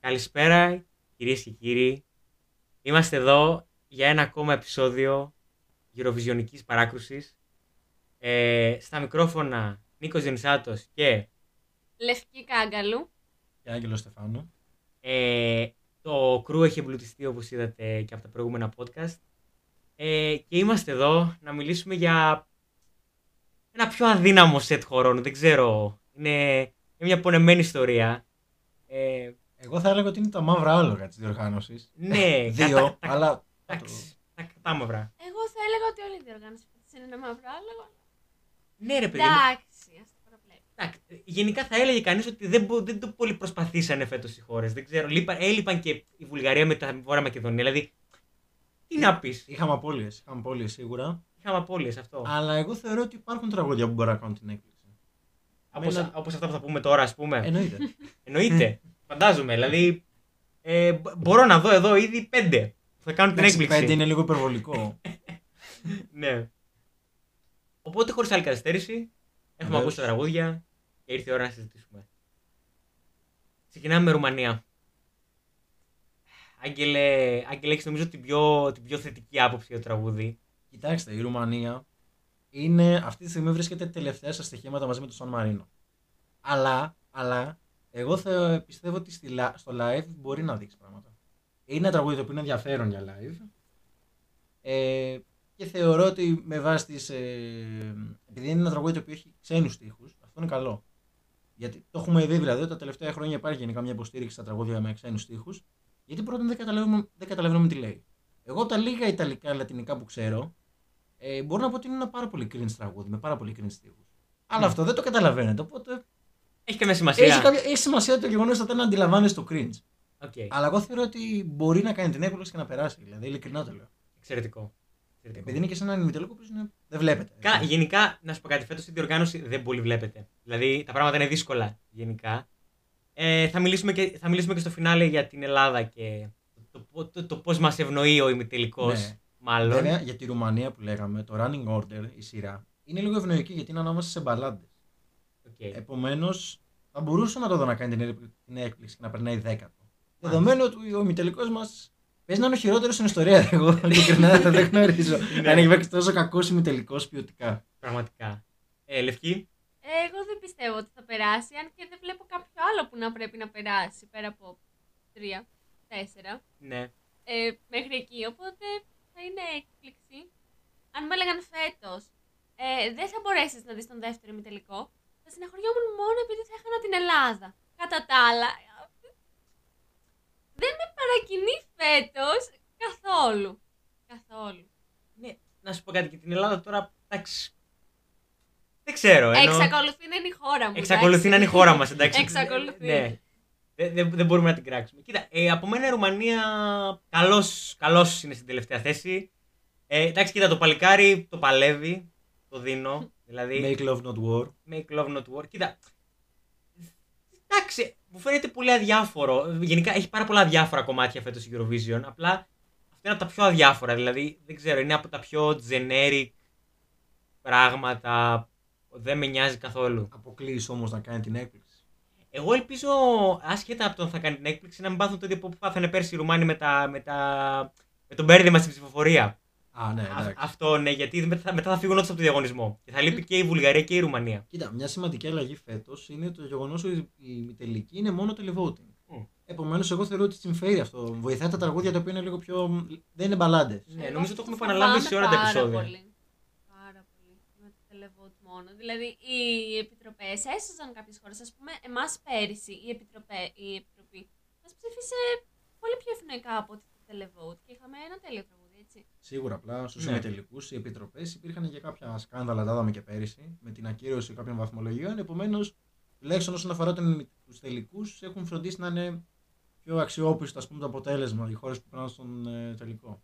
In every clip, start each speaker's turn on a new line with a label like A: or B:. A: Καλησπέρα κυρίες και κύριοι. Είμαστε εδώ για ένα ακόμα επεισόδιο Eurovisionικής παράκρουσης. Ε, στα μικρόφωνα Νίκος Διονυσάτος και
B: Λευκή Κάγκαλου.
C: Και Άγγελος Στεφάνου.
A: ε, το κρού έχει εμπλουτιστεί όπως είδατε και από τα προηγούμενα podcast. Ε, και είμαστε εδώ να μιλήσουμε για ένα πιο αδύναμο σετ χωρών. Δεν ξέρω. Είναι, είναι μια πονεμένη ιστορία. Ε,
C: Εγώ θα έλεγα ότι είναι τα μαύρα άλογα της διοργάνωσης.
A: ναι,
C: Δύο,
A: κατά- τα-
C: αλλά.
A: Εντάξει, τα κατάμαυρα.
B: Εγώ θα έλεγα ότι όλη η διοργάνωση αυτή είναι ένα μαύρο άλογο.
A: Ναι, ρε παιδί. μου.
B: Εντάξει, ας το παραβλέψω.
A: Εντάξει, Γενικά θα έλεγε κανείς ότι δεν, μπο- δεν το πολύ προσπαθήσανε φέτος οι χώρες. Δεν ξέρω. Λείπα, έλειπαν και η Βουλγαρία με τα Βόρεια Μακεδονία. Δηλαδή. Τι να πεις.
C: Είχαμε απώλειες, είχαμε απώλειες σίγουρα.
A: Είχαμε απώλειες αυτό.
C: Αλλά εγώ θεωρώ ότι υπάρχουν τραγούδια που μπορεί να κάνουν την έκπληξη.
A: Όπω
C: εμένα- Ναι.
A: αυτά που θα πούμε τώρα, ας πούμε.
C: Εννοείται.
A: Εννοείται. Φαντάζομαι. Δηλαδή. Ε, μπο- μπορώ να δω εδώ ήδη πέντε που θα κάνουν την
C: Εντάξει,
A: έκπληξη.
C: Πέντε είναι λίγο υπερβολικό.
A: Ναι. Οπότε χωρίς άλλη καθυστέρηση, έχουμε
C: Βεβαίως.
A: ακούσει τα τραγούδια και ήρθε η ώρα να συζητήσουμε. Ξεκινάμε με Ρουμανία. Άγγελε, Άγγελε έχεις νομίζω την πιο, την πιο θετική άποψη για το τραγούδι.
C: Κοιτάξτε, η Ρουμανία είναι, αυτή τη στιγμή βρίσκεται τελευταία στα στοιχήματα μαζί με το Σαν Μαρίνο. Αλλά, αλλά εγώ θε, πιστεύω ότι στη, λα- στο live μπορεί να δείξει πράγματα. Είναι ένα τραγούδι το οποίο είναι ενδιαφέρον για live. Ε, και θεωρώ ότι με βάση τις... Ε, επειδή είναι ένα τραγούδι το οποίο έχει ξένους τοίχου, αυτό είναι καλό. Γιατί το έχουμε δει δηλαδή ότι τα τελευταία χρόνια υπάρχει γενικά μια υποστήριξη στα τραγούδια με ξένους τοίχου. Γιατί πρώτον δεν καταλαβαίνουμε, δεν καταλαβαίνουμε τι λέει. Εγώ τα λίγα Ιταλικά, Λατινικά που ξέρω, ε, μπορώ να πω ότι είναι ένα πάρα πολύ cringe τραγούδι, με πάρα πολύ cringe στίχους. Αλλά
A: Ναι.
C: αυτό δεν το καταλαβαίνετε, οπότε
A: Έχει καμία σημασία.
C: έχει, κάποια, έχει σημασία το γεγονός ότι δεν αντιλαμβάνεσαι το cringe.
A: Οκ.
C: Αλλά εγώ θεωρώ ότι μπορεί να κάνει την έκπληξη και να περάσει. Δηλαδή, ειλικρινά το λέω.
A: Εξαιρετικό. Εξαιρετικό.
C: Επειδή είναι και σε έναν ημιτελικό που είναι... δεν βλέπετε. Δηλαδή,
A: Καλά, γενικά, να σου πω κάτι, φέτος την διοργάνωση δεν πολύ βλέπετε. Δηλαδή, τα πράγματα είναι δύσκολα γενικά. Ε, θα, μιλήσουμε και, θα μιλήσουμε και στο φινάλε για την Ελλάδα και το, το, το, το πώς μας ευνοεί ο ημιτελικός,
C: Ναι.
A: μάλλον.
C: Βέβαια, για τη Ρουμανία που λέγαμε, το running order, η σειρά, είναι λίγο ευνοϊκή γιατί είναι ανάμεσα σε μπαλάντες.
A: Οκ.
C: Επομένως, θα μπορούσα να το δω να κάνει την έκπλη- την έκπληξη και να περνάει δέκατο. Δεδομένου ότι ο ημιτελικός μας παίζει να είναι ο χειρότερος στην ιστορία. Εγώ ειλικρινά δεν γνωρίζω.
A: Ναι.
C: Αν έχει παίξει τόσο κακός ημιτελικός ποιοτικά.
A: Πραγματικά. Ε, Λευκή,
B: Ε, Εγώ δεν πιστεύω ότι θα περάσει, αν και δεν βλέπω κάποιο άλλο που να πρέπει να περάσει πέρα από τρία, τέσσερα.
A: ναι.
B: Ε, μέχρι εκεί. Οπότε θα είναι έκπληξη. Αν με έλεγαν φέτος, ε, δεν θα μπορέσεις να δεις τον δεύτερο ημιτελικό. Θα συναχωριόμουν μόνο επειδή θα έχανα την Ελλάδα. Κατά τα άλλα, ε, δεν με παρακινεί φέτος καθόλου. Καθόλου.
A: Να σου πω κάτι για την Ελλάδα τώρα. Εντάξει. Δεν ξέρω. Ενώ...
B: Εξακολουθεί να είναι η χώρα μου.
A: Εξακολουθεί να είναι η χώρα μας, εντάξει.
B: Εξακολουθεί.
A: Ναι. Δεν, δεν, δεν μπορούμε να την κράξουμε. Κοίτα, ε, από μένα η Ρουμανία καλώς, καλώς είναι στην τελευταία θέση. Ε, εντάξει, κοίτα, το παλικάρι το παλεύει, το δίνω. Δηλαδή,
C: Make love not war.
A: make love not war. Κοίτα, εντάξει, μου φαίνεται πολύ αδιάφορο. Γενικά έχει πάρα πολλά αδιάφορα κομμάτια φέτος η Eurovision. Απλά αυτό είναι από τα πιο αδιάφορα. Δηλαδή, δεν ξέρω, είναι από τα πιο generic πράγματα. Δεν με νοιάζει καθόλου.
C: Αποκλείεις όμως να κάνει την έκπληξη.
A: Εγώ ελπίζω, άσχετα από το αν θα κάνει την έκπληξη, να μην πάθουν το ίδιο που πάθανε πέρσι οι Ρουμάνοι με, τα, με, τα, με τον μπέρδεμα στην ψηφοφορία.
C: Α, ναι,
A: Α-
C: εντάξει.
A: αυτό ναι, γιατί μετά, μετά θα φύγουν όντω από το διαγωνισμό. Και θα λείπει και η Βουλγαρία και η Ρουμανία.
C: Κοίτα, μια σημαντική αλλαγή φέτος είναι το γεγονός ότι η τελική είναι μόνο televoting.
A: Μμ.
C: Επομένως, εγώ θεωρώ ότι συμφέρει αυτό. Βοηθάει τα τραγούδια τα οποία είναι λίγο πιο. δεν είναι μπαλάντες.
A: Ναι,
B: Εγώ
A: νομίζω το
B: αυτό
A: έχουμε
B: φοβάμαι
A: επαναλάβει σε όλα τα
B: πάρα
A: επεισόδια.
B: Πολύ. Πάρα πολύ. Με το televote μόνο. Δηλαδή, οι επιτροπές έσωζαν κάποιες χώρες. Ας πούμε, εμάς πέρυσι η, επιτροπέ, η επιτροπή μας ψήφισε πολύ πιο ευνοϊκά από ότι το televote και είχαμε ένα τέλειο τραγούδι, έτσι.
C: Σίγουρα απλά στους
A: Ναι.
C: συμμετελικού οι επιτροπές υπήρχαν για κάποια σκάνδαλα, τα είδαμε και πέρυσι, με την ακύρωση κάποιων βαθμολογιών. Επομένως, τουλάχιστον όσον αφορά τους τελικούς, έχουν φροντίσει να είναι πιο αξιόπιστο ας πούμε, το αποτέλεσμα οι χώρες που περνάνε στον ε, τελικό.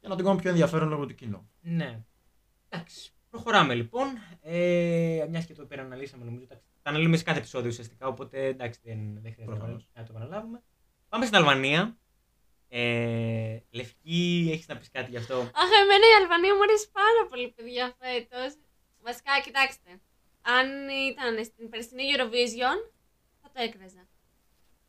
C: Για να το κάνουν πιο ενδιαφέρον λόγω του κοινού.
A: Ναι. Εντάξει. Προχωράμε λοιπόν. Ε, Μιας και το υπεραναλύσαμε, νομίζω. Τα, τα αναλύουμε σε κάθε επεισόδιο ουσιαστικά. Οπότε εντάξει, δεν, δεν χρειάζεται να,
C: Προφανώς.
A: να το επαναλάβουμε. Πάμε στην Αλβανία. Ε, Λευκή, έχεις να πεις κάτι γι' αυτό.
B: Αχ, εμένα η Αλβανία μου αρέσει πάρα πολύ, παιδιά, φέτος. Βασικά, κοιτάξτε. Αν ήταν στην περσινή Eurovision, θα το έκραζα.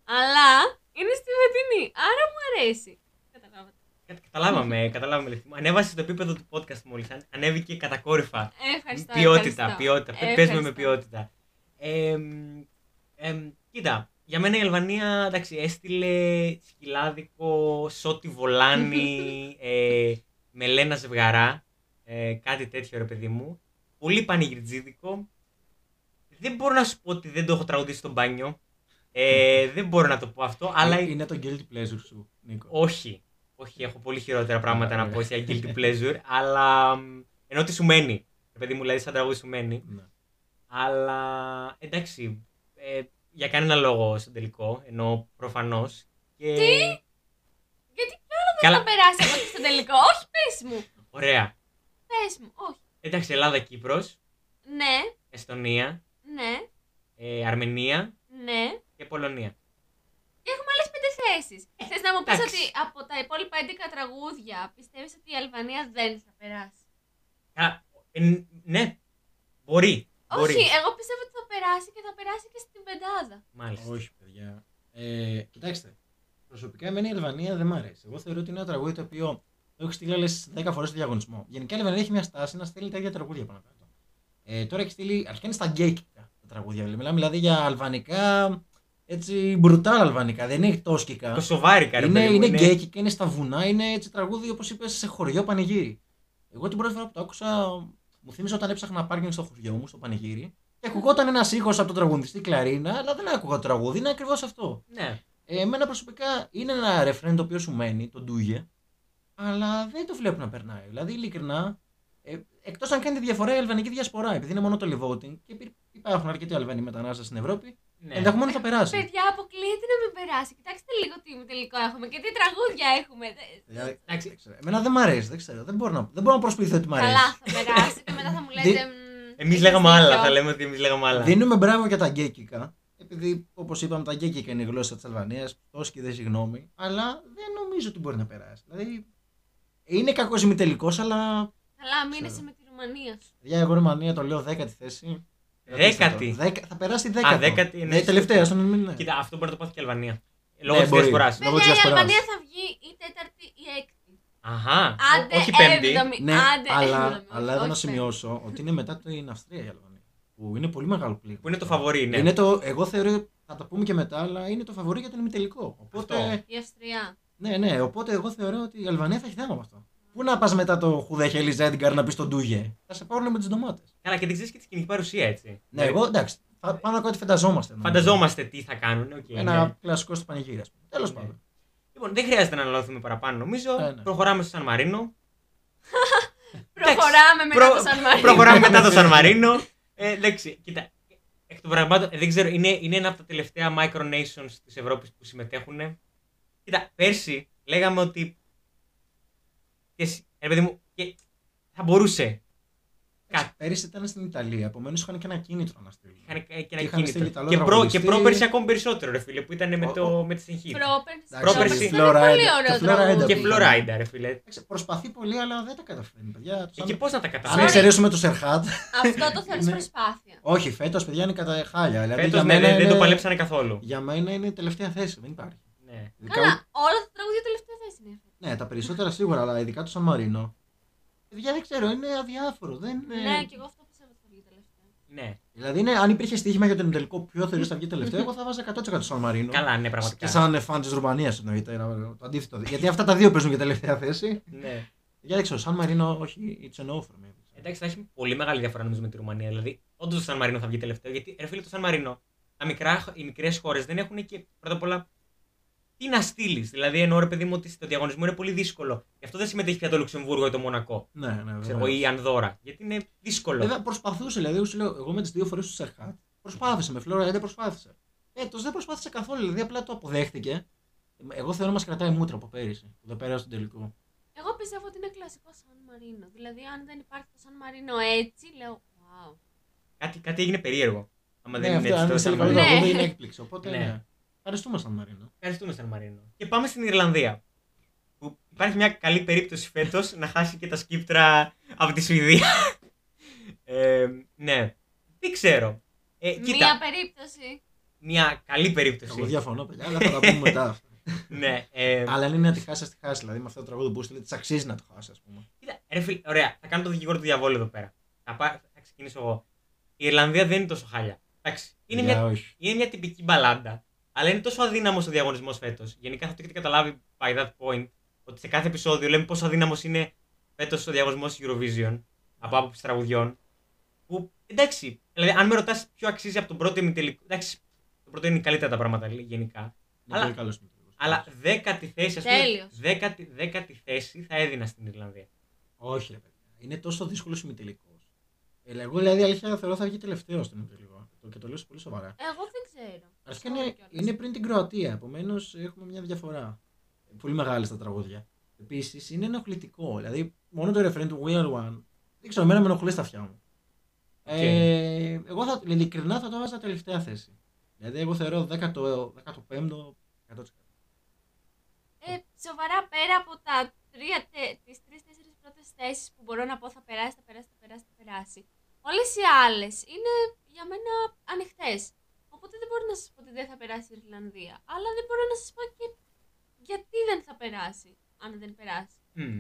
B: Αλλά Είναι στη Βετινή. Άρα μου αρέσει. Καταλάβατε.
A: Κα- Καταλάβαμε, καταλάβαμε. Λευκή μου. Ανέβασες το επίπεδο του podcast μόλις. Ανέβηκε κατακόρυφα.
B: Ε, Ευχαριστώ.
A: ποιότητα,
B: ευχαριστώ. Ε,
A: ποιότητα. Πε- Παίζουμε με
B: Ευχαριστώ.
A: ποιότητα. Εμ, εμ, κοίτα, για μένα η Αλβανία εντάξει, έστειλε σκυλάδικο, σώτη βολάνη, ε, μελένα ζευγαρά. ε, κάτι τέτοιο ρε παιδί μου. Πολύ πανηγυρτζίδικο. Δεν μπορώ να σου πω ότι δεν το έχω τραγουδίσει στο μπάνιο. Ε, δεν μπορώ να το πω αυτό, αλλά
C: Ε, Είναι το guilty pleasure σου, Νίκο.
A: όχι. Όχι, έχω πολύ χειρότερα πράγματα να
C: Ωραία.
A: πω για guilty pleasure, αλλά μ, ενώ τη σου μένει. Ρε παιδί μου, δηλαδή, σαν τραγούδι σου μένει.
C: Ναι.
A: Αλλά εντάξει, ε, για κανένα λόγο στον τελικό, ενώ προφανώς. Και...
B: Γιατί κι άλλο δεν
A: Καλά.
B: θα περάσει από εκεί στο τελικό. Όχι, πες μου.
A: Ωραία.
B: Πες μου. Όχι.
A: Εντάξει, Ελλάδα-Κύπρο,
B: Ναι,
A: Εστονία,
B: ναι,
A: ε, Αρμενία
B: ναι.
A: και Πολωνία.
B: Και έχουμε άλλες πέντε θέσεις. Θες να μου πεις
A: Ε, εντάξει.
B: ότι από τα υπόλοιπα 11 τραγούδια πιστεύεις ότι η Αλβανία δεν θα περάσει.
A: Κα- ε, ναι, μπορεί. μπορεί.
B: Όχι, εγώ πιστεύω ότι θα περάσει και θα περάσει και στην πεντάδα.
A: Μάλιστα.
C: Όχι, παιδιά. Ε, κοιτάξτε. Προσωπικά εμένα η Αλβανία δεν μ' αρέσει. Εγώ θεωρώ ότι είναι ένα τραγούδι το οποίο το έχει στείλει άλλες 10 φορές στο διαγωνισμό. Γενικά η Αλβανία έχει μια στάση να στέλνει τα ίδια τραγούδια πάνω κάτω. Ε, τώρα έχει στείλει. Αρχικά είναι στα γκέικικα τα τραγούδια. Μιλάμε δηλαδή για αλβανικά. Έτσι, μπρουτάλ αλβανικά. Δεν έχει τόσκικα.
A: Το σοβάρικα, ρε
C: Είναι,
A: παιδί μου,
C: είναι
A: είναι-
C: γκέκι και είναι στα βουνά, είναι έτσι τραγούδι όπως είπες σε χωριό πανηγύρι. Εγώ την πρώτη φορά που το άκουσα, μου θύμισε όταν έψαχνα πάρκινγκ στο χωριό μου, στο πανηγύρι, και ακουγόταν ένας ήχος από τον τραγουδιστή Κλαρίνα, αλλά δεν άκουγα το τραγούδι, είναι ακριβώς αυτό.
A: Ναι.
C: Ε, εμένα προσωπικά είναι ένα ρεφρέν το οποίο σου μένει, το ντούγε, αλλά δεν το βλέπω να περνάει. Δηλαδή, ειλικρινά, ε, εκτός αν κάνει τη διαφορά η αλβανική διασπορά, επειδή είναι μόνο το voting και υπή- υπάρχουν αρκετοί αλβανοί μετανάστες στην Ευρώπη,
A: ναι.
C: ενδεχομένως θα περάσει.
B: Παιδιά, αποκλείεται να μην περάσει. Κοιτάξτε λίγο τι τελικό έχουμε και τι τραγούδια έχουμε. Δε-
C: Δηλαδή,
A: Ε, Εντάξει.
C: δεν ξέρω. Εμένα δεν μ' αρέσει, δεν ξέρω. Δεν μπορώ να, δεν μπορώ να προσποιηθώ ότι μ' αρέσει.
B: Καλά, θα περάσει και μετά θα μου λέτε.
C: Δεν-
A: Εμεί λέγαμε άλλα, θα λέμε ότι εμείς λέγαμε άλλα.
C: Δίνουμε μπράβο για τα γκέκικα. Επειδή, όπως είπαμε, τα γκέκικα είναι η γλώσσα της Αλβανίας, τόσκι δεν συγγνώμη. Αλλά δεν νομίζω ότι μπορεί να περάσει. Δηλαδή, είναι κακός ημιτελικός, αλλά.
B: Καλά, μείνεσαι
C: Ξέρω.
B: με τη Ρουμανία σου.
C: Για εγώ Ρουμανία το λέω δέκατη θέση.
A: Ε, Δέκατη.
C: Δέκα, θα περάσει δέκατη.
A: δέκατη είναι.
C: Ναι, τελευταία, στον μην είναι.
A: Κοίτα, αυτό μπορεί να το πάθει και η Αλβανία. Λόγω
C: Ναι,
A: της
C: μπορεί.
A: διασποράς.
C: Λόγω
B: Παιδιά, η
C: της διασποράς.
B: Αλβανία θα βγει η τέταρτη ή έκτη.
A: Αχα.
B: Άντε,
A: όχι πέμπτη.
B: έβδομη.
C: Ναι,
B: Άντε,
C: αλλά,
B: έβδομη,
C: αλλά
B: όχι ναι.
C: εδώ να
B: πέμπτη.
C: σημειώσω ότι είναι μετά την Αυστρία η Αλβανία. Που είναι πολύ μεγάλο πλήγμα.
A: Που είναι το φαβορή, ναι.
C: Είναι το, εγώ θεωρώ, θα το πούμε και μετά, αλλά είναι το φαβορή για τον ημιτελικό. Οπότε,
A: Αυτό.
B: Η Αυστρία.
C: ναι, ναι, οπότε εγώ θεωρώ ότι η Αλβανία θα έχει θέμα με αυτό. Πού να πας μετά το χουδεχέλι Ζέντιγκαρ να πεις τον Ντούγε. Θα σε πάρουν με τις ντομάτες.
A: Καλά, και δεν ξέρεις και τη κοινική παρουσία, έτσι.
C: Ναι, εγώ εντάξει. θα- Πάνω από ό,τι φανταζόμαστε. νομίζω.
A: Φανταζόμαστε τι θα κάνουν. οκ,
C: Ένα
A: ναι.
C: κλασικό στο πανηγύρι, ας πούμε. Τέλος
A: Ναι.
C: πάντων.
A: Λοιπόν, δεν χρειάζεται να αναλώθουμε παραπάνω, νομίζω.
C: Ε, ναι.
A: Προχωράμε στο Σαν Μαρίνο.
B: Προχωράμε μετά
A: Προ-
B: το Σαν
C: Ναι.
B: Μαρίνο.
A: Προχωράμε μετά το Σαν Μαρίνο. Ε, εντάξει, κοίτα. Εκ των πραγμάτων, ε, δεν ξέρω, είναι, είναι ένα από τα τελευταία micronations της Ευρώπης που συμμετέχουν. Κοίτα, πέρσι λέγαμε ότι. Και, εσύ, ρε παιδί μου, και θα μπορούσε. Κάτι.
C: Πέρυσι ήταν στην Ιταλία, επομένως είχαν και ένα κίνητρο να στείλουν.
A: Είχαν ε, και
C: Και
A: ένα
C: είχαν στείλει
A: κίνητρο.
C: Ιταλό
A: Και, προ, και
C: τραγουδιστή.
A: πρόπερσι ακόμη περισσότερο, ρε φίλε, που ήταν με,
C: Ο-
A: το, με τη συγχύη.
B: Πρόπερση.
C: Εντάξει,
A: Πρόπερση.
B: Ήταν πολύ
C: Florida.
B: ωραίο
C: Το Florida
B: τραγούδι.
A: Και
C: που
A: φλωράιντα, ρε φίλε.
C: Εντάξει, Προσπαθεί πολύ, αλλά δεν τα καταφέρνει, παιδιά. Τους
A: Και, και
C: αν-
A: πώς να τα
C: Αν
A: καταφέρει.
B: Sorry.
C: εξαιρέσουμε τους Σερχάτ.
B: Αυτό το θεωρείς
C: Ναι.
B: προσπάθεια.
C: Όχι, φέτος, παιδιά, είναι κατά χάλια. Δηλαδή,
A: Φέτος
C: για
A: ναι,
C: μένα
A: δεν, δεν
C: είναι-
A: το παλέψανε καθόλου.
C: Για μένα είναι η τελευταία θέση, δεν υπάρχει.
A: Ναι.
C: Ειδικά-
B: Καλά, όλα τα τραγούδια τελευταία θέση είναι.
C: Ναι, τα περισσότερα σίγουρα, αλλά ειδικά το Σαν Μαρίνο. Παιδιά, δεν ξέρω, είναι αδιάφορο. Δεν...
B: Ναι, και εγώ αυτό πιστεύω ότι θα βγει τελευταία.
A: ναι.
C: Δηλαδή, είναι, αν υπήρχε στοίχημα για τον τελικό ποιο θεωρείς θα βγει τελευταίο, εγώ θα βάζα 100% Σαν Μαρίνο.
A: Καλά, ναι,
C: Και
A: πραγματικά.
C: σαν φαν της Ρουμανίας εννοείται. να- Το αντίθετο. Γιατί αυτά τα δύο παίζουν για τελευταία θέση.
A: Ναι.
C: Για δεν ξέρω, Σαν Μαρίνο, όχι, it's a no for me.
A: Εντάξει, θα έχει πολύ μεγάλη διαφορά νομίζω με τη Ρουμανία. Δηλαδή, όντως το Σαν Μαρίνο θα βγει τελευταίο. Γιατί, ρε φίλε, το Σαν Μαρίνο, τα μικρά, οι μικρές χώρες δεν έχουν και πρώτα απ' όλα τι να στείλεις. Δηλαδή, εννοώ ρε παιδί μου ότι στο διαγωνισμό είναι πολύ δύσκολο. Γι' αυτό δεν συμμετέχει πια το Λουξεμβούργο ή το Μονακό.
C: Ναι, ναι,
A: Ξέρω εγώ,
C: βέβαια.
A: ή η Ανδώρα. Γιατί είναι δύσκολο.
C: Βέβαια, προσπαθούσε, δηλαδή, εγώ σου λέω, εγώ με τις δύο φορές του Σερχάτ προσπάθησε, με φλόρα δεν προσπάθησε. Έτος δεν προσπάθησε καθόλου, δηλαδή απλά το αποδέχτηκε. Εγώ θεωρώ μας κρατάει μούτρα από πέρυσι, που δεν πέρασε τον τελικό.
B: Εγώ πιστεύω ότι είναι κλασικό Σαν Μαρίνο. Δηλαδή, αν δεν υπάρχει το Σαν Μαρίνο έτσι, λέω. Wow.
A: Κάτι, κάτι έγινε περίεργο. Άμα δεν
C: ναι,
A: είναι
C: αυτό,
A: έτσι
C: αν
A: το
C: είσαι
A: Σαν
C: λίγο
A: Μαρίνο.
B: Ναι.
C: δεν είναι έκπληξη. Οπότε
A: Ναι.
C: ναι. Ευχαριστούμε, Σαν Μαρίνο.
A: Ευχαριστούμε, Σαν Μαρίνο. Και πάμε στην Ιρλανδία. Που υπάρχει μια καλή περίπτωση φέτος να χάσει και τα σκύπτρα από τη Σουηδία. ε, ναι. Δεν ξέρω. Ε, κοίτα.
B: Μία περίπτωση.
A: μια καλή περίπτωση.
C: Εγώ διαφωνώ, παιδιά, αλλά θα τα πούμε μετά. αυτά.
A: ναι, ε,
C: αλλά αν είναι να τη χάσεις, ας τη χάσεις. Δηλαδή με αυτό το τραγούδι που στείλε, της αξίζει να το χάσεις, ας πούμε.
A: Κοίτα, ρε φίλε, ωραία, θα κάνω το δικηγόρο του διαβόλου εδώ πέρα. Θα, πά- θα ξεκινήσω εγώ. Η Ιρλανδία δεν είναι τόσο χάλια. Εντάξει, είναι,
C: Για
A: μια,
C: όχι.
A: είναι μια τυπική μπαλάντα. Αλλά είναι τόσο αδύναμος ο διαγωνισμός φέτος. Γενικά αυτό το έχετε καταλάβει by that point. Ότι σε κάθε επεισόδιο λέμε πόσο αδύναμος είναι φέτος ο διαγωνισμός Eurovision από άποψη τραγουδιών. Που εντάξει, δηλαδή αν με ρωτάς ποιο αξίζει από τον πρώτο ημιτελικό. Εντάξει, το πρώτο είναι καλύτερα τα πράγματα γενικά.
C: Είναι
A: Αλλά-
C: πολύ καλό συμμετοχό.
A: Αλλά δέκατη θέση, ας πούμε,
B: Τέλειος.
A: δέκατη, δέκατη θέση θα έδινα στην Ιρλανδία.
C: Όχι, ρε παιδιά. Είναι τόσο δύσκολος ημιτελικό. Ε, εγώ δηλαδή αλήθεια θεωρώ θα βγει τελευταίος στον ημιτελικό. Το- Και το λέω πολύ σοβαρά.
B: Εγώ δεν ξέρω.
C: Αρχικά
B: Sorry
C: είναι,
B: κιόλας.
C: είναι πριν την Κροατία, επομένως έχουμε μια διαφορά. Ε, Πολύ μεγάλη στα τραγούδια. Επίσης είναι ενοχλητικό. Δηλαδή, μόνο το ρεφρέν του We Are One. Δεν ξέρω, εμένα με ενοχλεί στα αυτιά μου. Ε, εγώ θα, ειλικρινά θα το έβαζα τελευταία θέση. Δηλαδή, εγώ θεωρώ 10ο, 15ο, 100%.
B: Ε, σοβαρά πέρα από τα τρία, τε, τις τρεις-τέσσερις πρώτες θέσεις που μπορώ να πω θα περάσει, θα περάσει, θα περάσει, θα περάσει. Όλες οι άλλες είναι για μένα ανοιχτές. Οπότε δεν μπορώ να σας πω ότι δεν θα περάσει η Ιρλανδία. Αλλά δεν μπορώ να σας πω και γιατί δεν θα περάσει, αν δεν περάσει.
A: Μμμ.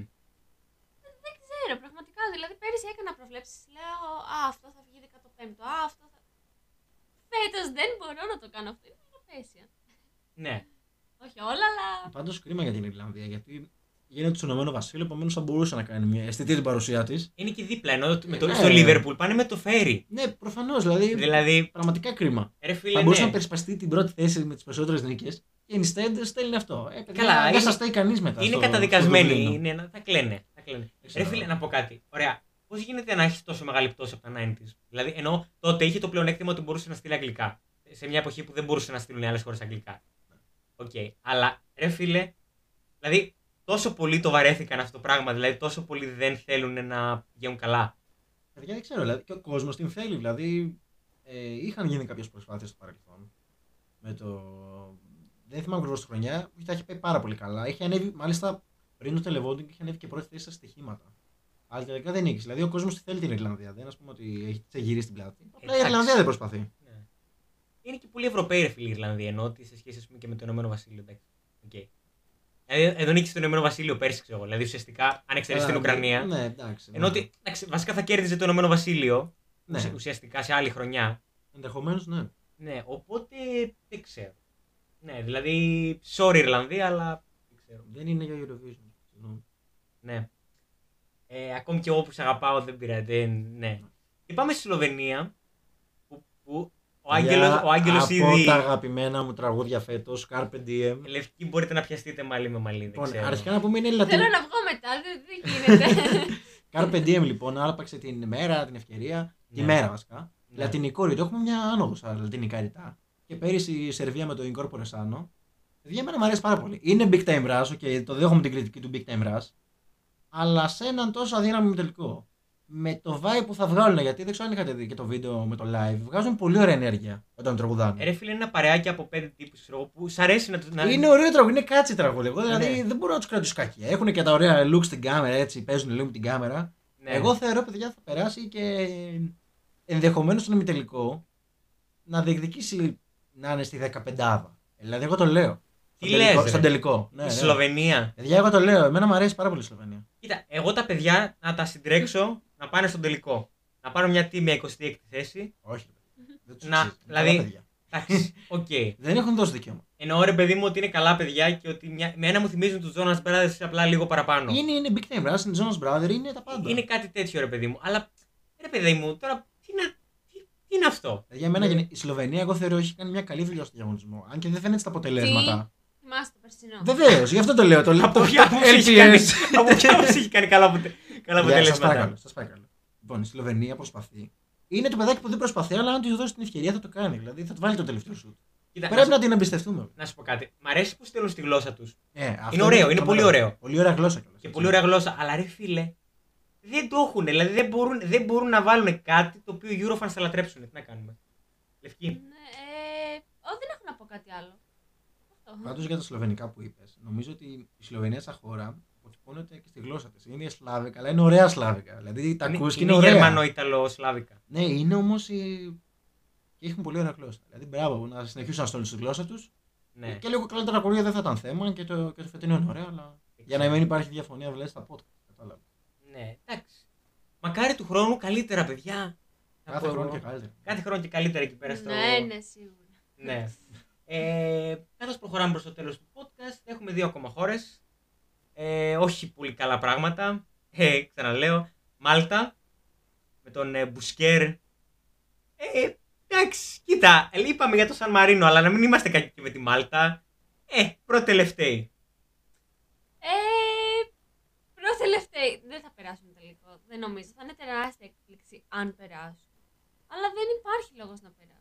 B: Ξέρω, πραγματικά. Δηλαδή, πέρυσι έκανα προβλέψεις. Λέω, Α, αυτό θα βγει 15ο, Α, αυτό θα. Φέτος δεν μπορώ να το κάνω αυτό. Είναι προπέσια.
A: Ναι.
B: Όχι όλα, αλλά.
C: Πάντως κρίμα για την Ιρλανδία, γιατί γίνεται του Ηνωμένου Βασίλειο, επομένως θα μπορούσε να κάνει μια αισθητή την παρουσία της.
A: Είναι και δίπλα, ενώ με το,
C: Ναι.
A: στο Λίβερπουλ πάνε με το φέρι.
C: Ναι, προφανώς, δηλαδή,
A: Δηλαδή,
C: Πραγματικά κρίμα.
A: ρε
C: θα
A: φίλε,
C: μπορούσε
A: ναι.
C: να περισπαστεί την πρώτη θέση με τις περισσότερες νίκες και instead στέλνει αυτό. Ε, παιδιά,
A: Καλά,
C: δεν
A: είναι-
C: σας στέλνει κανείς μετά.
A: είναι
C: στο- στο
A: καταδικασμένοι.
C: Δουβλίνο.
A: Είναι, να- θα κλαίνε. Θα κλαίνε.
C: Δεν
A: Ρε
C: ξέρω.
A: φίλε, να πω κάτι. Ωραία. Πώς γίνεται να έχεις τόσο μεγάλη πτώση από τα 90s. Δηλαδή, ενώ τότε είχε το πλεονέκτημα ότι μπορούσε να στείλει αγγλικά. Σε μια εποχή που δεν μπορούσε να στείλουν άλλες χώρες αγγλικά. Οκ. Αλλά, ρε φίλε, δηλαδή τόσο πολύ το βαρέθηκαν αυτό το πράγμα. Δηλαδή, τόσο πολύ δεν θέλουν να πηγαίνουν καλά.
C: Παιδιά, δεν ξέρω. Δηλαδή, και ο κόσμος την θέλει. Δηλαδή, ε, είχαν γίνει κάποιες προσπάθειες στο παρελθόν. Με το... Δεν θυμάμαι ακριβώς τη χρονιά. που Τα είχε πάει πάρα πολύ καλά. Είχε ανέβει, μάλιστα, πριν το televoting είχε ανέβει και πρώτη θέση στα στοιχήματα. Αλλά τελικά δεν νίκησε. Δηλαδή, ο κόσμος θέλει την Ιρλανδία. Δεν ας πούμε ότι έχει ξεγυρίσει την πλάτη. Απλά η
A: Εντάξει.
C: Ιρλανδία δεν προσπαθεί.
A: Ναι. Είναι και πολύ Ευρωπαίοι ρε φίλοι οι Ιρλανδοί, ενώ ότι σε σχέση ας πούμε, και με το Ηνωμένο Βασίλειο. εντάξει. Οκ. Δηλαδή, εδώ νίκησε το Ηνωμένο Βασίλειο πέρσι, ξέρω εγώ. Δηλαδή, ουσιαστικά, αν εξαιρέσει την
C: Αλλά,
A: Ουκρανία.
C: Ναι, εντάξει.
A: Ενώ ότι εντάξει, βασικά θα κέρδιζε το Ηνωμένο Βασίλειο
C: Ναι,
A: ουσια- ουσιαστικά σε άλλη χρονιά.
C: ενδεχομένως ναι.
A: Ναι, οπότε δεν ξέρω. Ναι, δηλαδή, sorry Ιρλανδία, αλλά δεν ξέρω.
C: Δεν είναι για Eurovision. Συγγνώμη.
A: Ναι. Ε, ακόμη και εγώ που σε αγαπάω δεν πειράζει. δεν- Ναι. Και πάμε στη Σλοβενία, που, που ο Άγγελος,
C: Για-
A: ο Άγγελος
C: από
A: ήδη...
C: τα αγαπημένα μου τραγούδια φέτος, Carpe Diem.
A: Λευκή μπορείτε να πιαστείτε μαλλί με μαλλί, δεν
C: Λοιπόν,
A: ξέρω. Ναι.
C: αρχικά να πούμε είναι λατινικό.
B: Θέλω να βγω μετά, δεν, δεν γίνεται.
C: Carpe diem λοιπόν, άρπαξε την ημέρα, την ευκαιρία.
A: Ναι.
C: Τη μέρα βασικά.
A: Ναι.
C: Λατινικό ρητό, έχουμε μια άνοδο στα λατινικά ρητά. Και πέρυσι η Σερβία με το Incorpore Sano. Παιδιά, εμένα μου αρέσει πάρα πολύ. Είναι big time rush, okay, το δέχομαι την κριτική του big time rush. Αλλά σε έναν τόσο αδύναμο τελικό. Με το vibe που θα βγάλουν, γιατί δεν ξέρω αν είχατε δει και το βίντεο με το live, βγάζουν πολύ ωραία ενέργεια όταν τραγουδάνε.
A: Ε, Ρε φίλε, είναι ένα παρεάκι από πέντε τύπους, ξέρω εγώ, που σ' αρέσει να του. Να...
C: Είναι ωραίο τραγούδι, είναι κάτσι τραγούδι. Εγώ δηλαδή
A: Ναι.
C: δεν μπορώ να τους κρατήσω κακία. Έχουν και τα ωραία looks στην κάμερα, έτσι παίζουν λίγο με την κάμερα.
A: Ναι.
C: Εγώ θεωρώ, παιδιά, θα περάσει και ενδεχομένως στον ημιτελικό να διεκδικήσει να είναι στη 15η. Δηλαδή, εγώ το λέω.
A: Τι
C: Στον τελικό-
A: λες,
C: Στον
A: ρε.
C: τελικό. Ναι,
A: Η
C: ναι.
A: Σλοβενία.
C: Παιδιά, εγώ το λέω. Εμένα μου αρέσει πάρα πολύ η Σλοβενία.
A: Κοίτα, εγώ τα παιδιά να τα συντρέξω να πάνε στον τελικό. Να πάρω μια τίμια 26η θέση.
C: Όχι. Δεν τους
A: Να,
C: αξίζει. Είναι
A: δηλαδή-
C: καλά παιδιά.
A: Εντάξει, οκ.
C: Δεν έχουν δώσει δικαίωμα.
A: Εννοώ ρε παιδί μου ότι είναι καλά παιδιά και ότι μια... με ένα μου θυμίζουν τους Jonas Brothers απλά λίγο παραπάνω.
C: Είναι, είναι big time rush, είναι Jonas Brother, είναι τα πάντα.
A: Ναι. Είναι κάτι τέτοιο ρε παιδί μου. Αλλά ρε παιδί μου, τώρα τι, να... τι, τι είναι αυτό.
C: Για μένα γενε- η Σλοβενία, εγώ θεωρώ, έχει κάνει μια καλή δουλειά στον διαγωνισμό. Αν και δεν φαίνεται στα αποτελέσματα.
B: Θυμάστε το περσινό.
C: Βεβαίως, γι' αυτό το λέω. Το λέω.
A: από ποια άποψη έχει κάνει, από ποια άποψη έχει κάνει καλά, αποτε... καλά
C: Σα
A: αποτελέσματα.
C: παρακαλώ, σας παρακαλώ. Λοιπόν, η Σλοβενία προσπαθεί. Είναι το παιδάκι που δεν προσπαθεί, αλλά αν του δώσει την ευκαιρία θα το κάνει. Δηλαδή θα του βάλει το τελευταίο σου.
A: Κοίτα, να
C: Πρέπει
A: σου-
C: να την εμπιστευτούμε.
A: να σου πω κάτι. Μ' αρέσει που στέλνουν στη γλώσσα τους.
C: Ε, αυτό
A: Είναι ωραίο, είναι
C: το
A: πολύ ωραίο.
C: Πολύ ωραία γλώσσα κιόλας,
A: Και
C: έτσι.
A: πολύ ωραία γλώσσα. Αλλά ρε φίλε, δεν το έχουν. Δηλαδή δεν μπορούν, δεν μπορούν να βάλουν κάτι το οποίο οι Eurofans θα λατρέψουν. Τι να κάνουμε. Λευκή.
B: Ναι, ε, ο, δεν έχω να πω κάτι άλλο. Αυτό.
C: Πάντως για τα σλοβενικά που είπες, νομίζω ότι η Σλοβενία σαν χώρα αποτυπώνεται και στη γλώσσα της. Είναι σλάβικα, αλλά είναι ωραία σλάβικα. Δηλαδή τα ακούς και είναι, ωραία.
A: Γερμανό, Ιταλό, Σλάβικα.
C: Ναι, είναι όμως. και έχουν πολύ ωραία γλώσσα. Δηλαδή, μπράβο, να συνεχίσουν να στέλνουν στη γλώσσα τους.
A: Ναι.
C: Και λίγο καλύτερα κουρία δεν θα ήταν θέμα και το, και το φετινό είναι ωραίο, αλλά για να μην υπάρχει διαφωνία δηλαδή στα podcast. Κατάλαβα.
A: Ναι, εντάξει. Μακάρι του χρόνου καλύτερα, παιδιά. Θα
C: Κάθε
A: πω
C: χρόνο
A: εγώ.
C: και καλύτερα.
A: Κάθε χρόνο και καλύτερα εκεί πέρα στο.
B: Ναι, ναι, σίγουρα.
A: Ναι. Ε, καθώς προχωράμε προς το τέλος του podcast, έχουμε δύο ακόμα χώρες. Ε, όχι πολύ καλά πράγματα. Ε, ξαναλέω, Μάλτα, με τον ε, Μπουσκέρ. Ε, εντάξει, κοίτα, είπαμε για το Σαν Μαρίνο, αλλά να μην είμαστε κακοί και με τη Μάλτα. Ε, προτελευταίοι.
B: Ε, προτελευταίοι. Δεν θα περάσουν τελικό. Δεν νομίζω. Θα είναι τεράστια έκπληξη αν περάσουν. Αλλά δεν υπάρχει λόγος να περάσουν.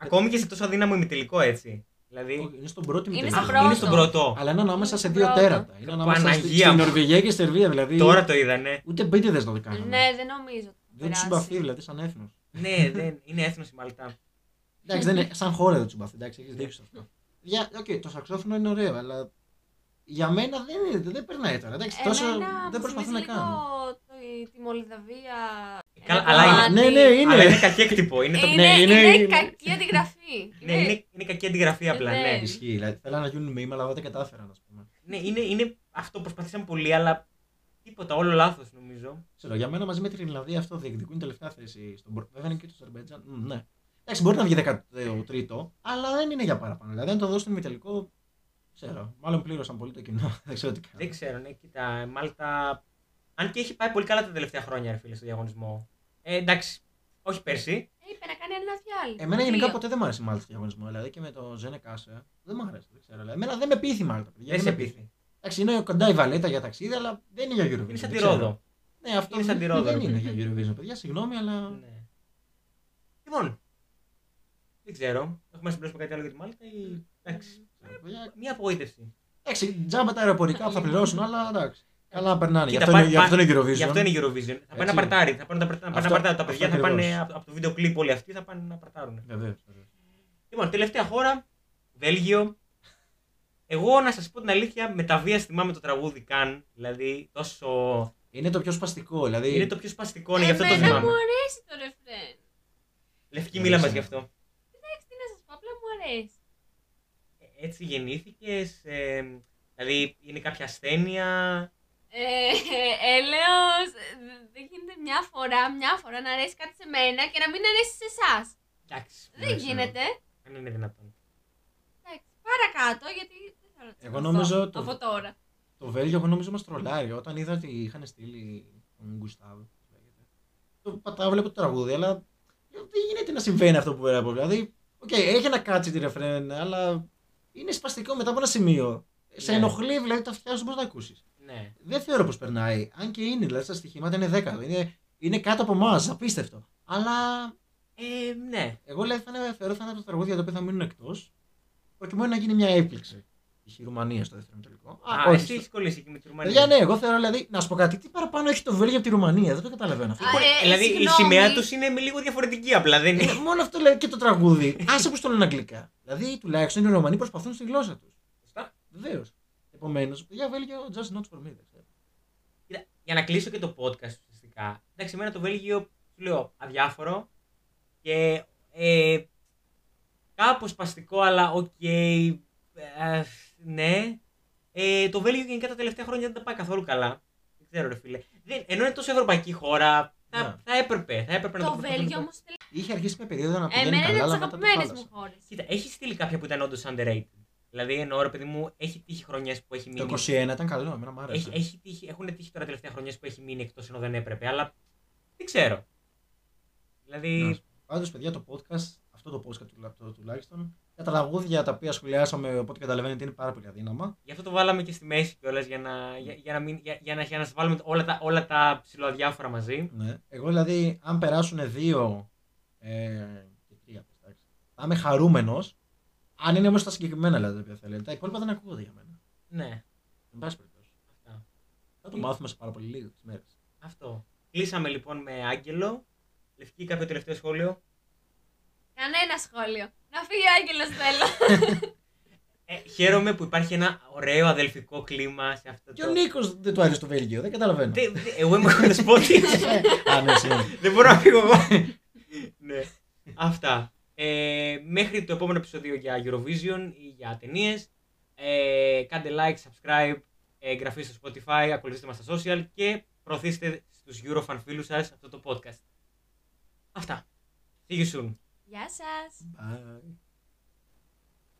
A: Ακόμη και σε τόσο αδύναμο ημιτελικό, έτσι. Δηλαδή,
C: Όχι, Είναι στον πρώτο
B: Είναι στον
C: μητέρα.
A: αχ,
B: πρώτο.
A: είναι στον πρώτο.
C: Αλλά είναι ανάμεσα σε δύο
B: Πρώτο.
C: τέρατα. Είναι ανάμεσα στη-
A: Παναγία
C: στην
A: μου.
C: Νορβηγία και στη Σερβία. Δηλαδή,
A: Τώρα το είδανε.
C: ούτε μπίτιδε να το κάνουν.
B: Ναι, δεν νομίζω ότι θα
C: Δεν τους
B: περάσει.
C: συμπαθεί, δηλαδή, σαν έθνος.
A: ναι, δεν, είναι έθνος η Μάλτα.
C: Εντάξει, δεν είναι, σαν χώρα δεν τους συμπαθεί. Εντάξει, έχεις δίκιο σε αυτό. Για, okay, το σαξόφωνο είναι ωραίο, αλλά για μένα δεν, είναι- δεν περνάει τώρα. Εντάξει, τόσο
B: Εμένα
C: δεν
B: μου
C: προσπαθούν να
B: θυμίζει
C: κάνουν.
B: λίγο τη, τη Μολδαβία.
A: Καλά,
B: Ένα
A: αλλά
B: κομμάτι.
A: είναι-
C: ναι, ναι, είναι.
A: Αλλά είναι κακέκτυπο. Είναι, το...
B: Είναι,
C: ναι,
B: είναι,
C: είναι-
B: κακή αντιγραφή.
A: ναι, είναι, είναι κακή αντιγραφή απλά,
B: ε. Ναι.
A: ναι.
C: Ισχύει. Δηλαδή, θέλανε να γίνουν μήμα, αλλά δεν τα κατάφεραν, ας πούμε.
A: Ναι, είναι, είναι αυτό. Προσπαθήσαν πολύ, αλλά τίποτα. Όλο λάθος νομίζω.
C: Ξέρω, για μένα μαζί με την Ιρλανδία αυτό διεκδικούν τελευταία θέση. Στον... προ- Βέβαια είναι και το Αζερμπαϊτζάν. Μμ, Ναι. Εντάξει, μπορεί να βγει 13ο, αλλά δεν είναι για παραπάνω. Δηλαδή, αν το δώσουν με τελικό. Ξέρω. Μάλλον πλήρωσαν πολύ το κοινό. δεν ξέρω τι
A: Δεν
C: κάνουν.
A: ξέρω, ναι, κοίτα. η Μάλτα. Αν και έχει πάει πολύ καλά τα τελευταία χρόνια, ρε φίλε, στο διαγωνισμό. Ε, εντάξει. Όχι πέρσι.
B: Ε, είπε να κάνει ένα διάλειμμα.
C: Εμένα γενικά
B: Δύο.
C: ποτέ δεν μου άρεσε η Μάλτα στο διαγωνισμό. Δηλαδή και με το Ζένε Κάσε. Δεν μου άρεσε. Δεν ξέρω. Δηλαδή, Εμένα δεν με πείθει η Μάλτα. παιδιά,
A: Δεν
C: με
A: σε
C: πείθει.
A: πείθει.
C: Εντάξει, είναι κοντά η Βαλέτα για ταξίδι, αλλά δεν είναι για Eurovision.
A: Είναι σαν τη
C: δεν ξέρω.
A: Ρόδο.
C: Ναι, αυτό
A: Είναι σαν τη
C: δεν-
A: Ρόδο,
C: Δεν
A: ρε
C: είναι
A: παιδί.
C: για Eurovision, παιδιά. Συγγνώμη, αλλά.
A: Ναι. Λοιπόν. Δεν ξέρω. Έχουμε να συμπληρώσουμε κάτι άλλο για τη Μάλτα ή. Εντάξει.
C: παιδιά,
A: Μία απογοήτευση.
C: Εντάξει, τζάμπα τα αεροπορικά που θα πληρώσουν, αλλά εντάξει. Καλά να περνάνε. Γι'
A: Κοίτα,
C: αυτό είναι-
A: πα-
C: γι' αυτό είναι Eurovision.
A: Γι' αυτό είναι η Eurovision. Θα πάνε να
C: Έτσι.
A: παρτάρει. Θα πάνε να παρτά- να πάνε να
C: Αυτό-
A: παρτάρουν τα
C: αυτό
A: παιδιά. Θα πάνε
C: ακριβώς.
A: από από το βίντεο κλιπ όλοι αυτοί θα πάνε να παρτάρουν.
C: Βεβαίως, βεβαίως.
A: Λοιπόν, τελευταία χώρα, Βέλγιο. Εγώ να σας πω την αλήθεια, με τα βία θυμάμαι το τραγούδι καν. Δηλαδή, τόσο.
C: Είναι το πιο σπαστικό. Δηλαδή,
A: Είναι το πιο σπαστικό, ναι, γι' αυτό το
B: Εμένα
A: θυμάμαι.
B: μου αρέσει το ρεφρέν.
A: Λευκή,
C: Δεν
A: μίλα μα
C: ξέρω.
A: γι' αυτό.
B: Εντάξει, τι να σας πω, απλά μου αρέσει.
A: Ε, Έτσι γεννήθηκες. δηλαδή, είναι κάποια ασθένεια.
B: Ε, έλεος, δε- δεν γίνεται μια φορά, μια φορά να αρέσει κάτι σε μένα και να μην αρέσει σε εσάς.
A: Εντάξει,
B: Δεν
C: ξέρω.
B: γίνεται.
A: αν είναι δυνατόν.
B: Εντάξει, παρακάτω, γιατί δεν θέλω να τις
C: Εγώ
B: ακολουθώ
C: νόμιζα το-
B: Από τώρα.
C: Το Βέλγιο, εγώ νόμιζα μα τρολάρει. Όταν είδα ότι είχαν στείλει τον Γκουστάβο. λέγεται, Το πατάω, βλέπω το τραγούδι, αλλά δεν γίνεται να συμβαίνει αυτό που πέρα από. Δηλαδή, οκ, έχει να κάτσει τη ρεφρέν, αλλά είναι σπαστικό μετά από ένα σημείο. Σε
A: Ναι.
C: ενοχλεί, δηλαδή τα αυτιά σου μπορεί να ακούσεις.
A: Ναι.
C: Δεν θεωρώ πως περνάει. Αν και είναι, δηλαδή στα στοιχήματα είναι δέκατο. Είναι, είναι κάτω από εμάς, απίστευτο. Αλλά
A: Ε, ναι.
C: εγώ δηλαδή, θα είναι, θεωρώ θα είναι από τα τραγούδια τα οποία θα μείνουν εκτός, προκειμένου να γίνει μια έκπληξη. Η Ρουμανία στο δεύτερο τελικό.
A: Α, εσύ έχει κολλήσει εκεί με τη Ρουμανία.
C: Παιδιά, ναι, εγώ θεωρώ δηλαδή. Να σου πω κάτι, τι παραπάνω έχει το Βέλγιο από τη Ρουμανία, δεν το καταλαβαίνω αυτό. Λοιπόν,
B: Α,
A: Χωρί-
B: ε,
A: δηλαδή, η
B: συγγνώμη. Ε,
A: σημαία τους είναι με λίγο διαφορετική απλά. Δεν
C: Είναι
A: είναι.
C: μόνο αυτό λέει και το τραγούδι. Άσε που το λένε αγγλικά. Δηλαδή, τουλάχιστον οι Ρωμανοί προσπαθούν στη γλώσσα τους.
A: Σωστά.
C: Βεβαίως. Επομένως, παιδιά, Βέλγιο, just not for me. δεν ξέρω.
A: Κοίτα, για να κλείσω και το podcast ουσιαστικά. Εντάξει, εμένα το Βέλγιο, σου λέω, αδιάφορο και ε, κάπως παστικό, αλλά οκ, ε, ναι. Ε, το Βέλγιο γενικά τα τελευταία χρόνια δεν τα πάει καθόλου καλά. Δεν ξέρω, ρε φίλε. Δεν, ενώ είναι τόσο ευρωπαϊκή χώρα, θα,
C: Ναι.
A: θα έπρεπε, θα έπρεπε να
B: Το
A: το προσπαθούν.
B: Βέλγιο όμως τελικά.
C: Είχε αρχίσει με περίοδο να πηγαίνει
B: Εμένα είναι
C: καλά,
B: από τι
C: αλλά μετά το
B: αγαπημένες μου
C: χάλασε.
B: χώρες.
A: Κοίτα, έχει στείλει κάποια που ήταν όντως underrated. Δηλαδή, εννοώ, ρε παιδί μου, έχει τύχει χρονιές που έχει μείνει.
C: Το 21 ήταν καλό, εμένα μου
A: Έχει,
C: άρεσε.
A: έχει τύχει, έχουν τύχει τώρα τελευταία χρονιά που έχει μείνει εκτός ενώ δεν έπρεπε, αλλά δεν ξέρω.
C: Να
A: Δηλαδή.
C: σου πω. Πάντως, παιδιά, το podcast, αυτό το podcast τουλά- το- τουλάχιστον, τα τραγούδια τα οποία σχολιάσαμε, οπότε καταλαβαίνετε είναι πάρα πολύ αδύναμα.
A: Γι' αυτό το βάλαμε και στη μέση κιόλας για να, για, για να, μην, για, για να, για να σας βάλουμε όλα τα, όλα τα ψηλοαδιάφορα μαζί.
C: Ναι. Εγώ δηλαδή, αν περάσουν δύο ε, και τρία, εντάξει, θα είμαι χαρούμενος. Αν είναι όμως τα συγκεκριμένα δηλαδή τα οποία θέλετε. Τα υπόλοιπα δεν ακούγονται για μένα.
A: Ναι,
C: Εν πάση περιπτώσει.
A: αυτά.
C: Θα το μάθουμε σε πάρα πολύ λίγο τις μέρες.
A: Αυτό. Κλείσαμε λοιπόν με Άγγελο. Λευκή, κάποιο τελευταίο σχόλιο.
B: Κανένα σχόλιο. Να φύγει ο Άγγελος θέλω.
A: Ε, χαίρομαι που υπάρχει ένα ωραίο αδελφικό κλίμα σε αυτό
C: Και
A: το.
C: ο Νίκος δεν του άρεσε το Βέλγιο, δεν καταλαβαίνω.
A: Δε- δε- εγώ είμαι χονεσπότη.
C: Ε, Α, ναι, συγγνώμη.
A: δεν μπορώ να φύγω εγώ. ναι. Αυτά. Ε, μέχρι το επόμενο επεισόδιο για Eurovision ή για ταινίες. Ε, κάντε like, subscribe, ε, εγγραφή στο Spotify, ακολουθήστε μας στα social και προωθήστε στους Eurofan φίλους σας αυτό το podcast. Αυτά. See you soon.
B: Γεια σας!
C: Bye.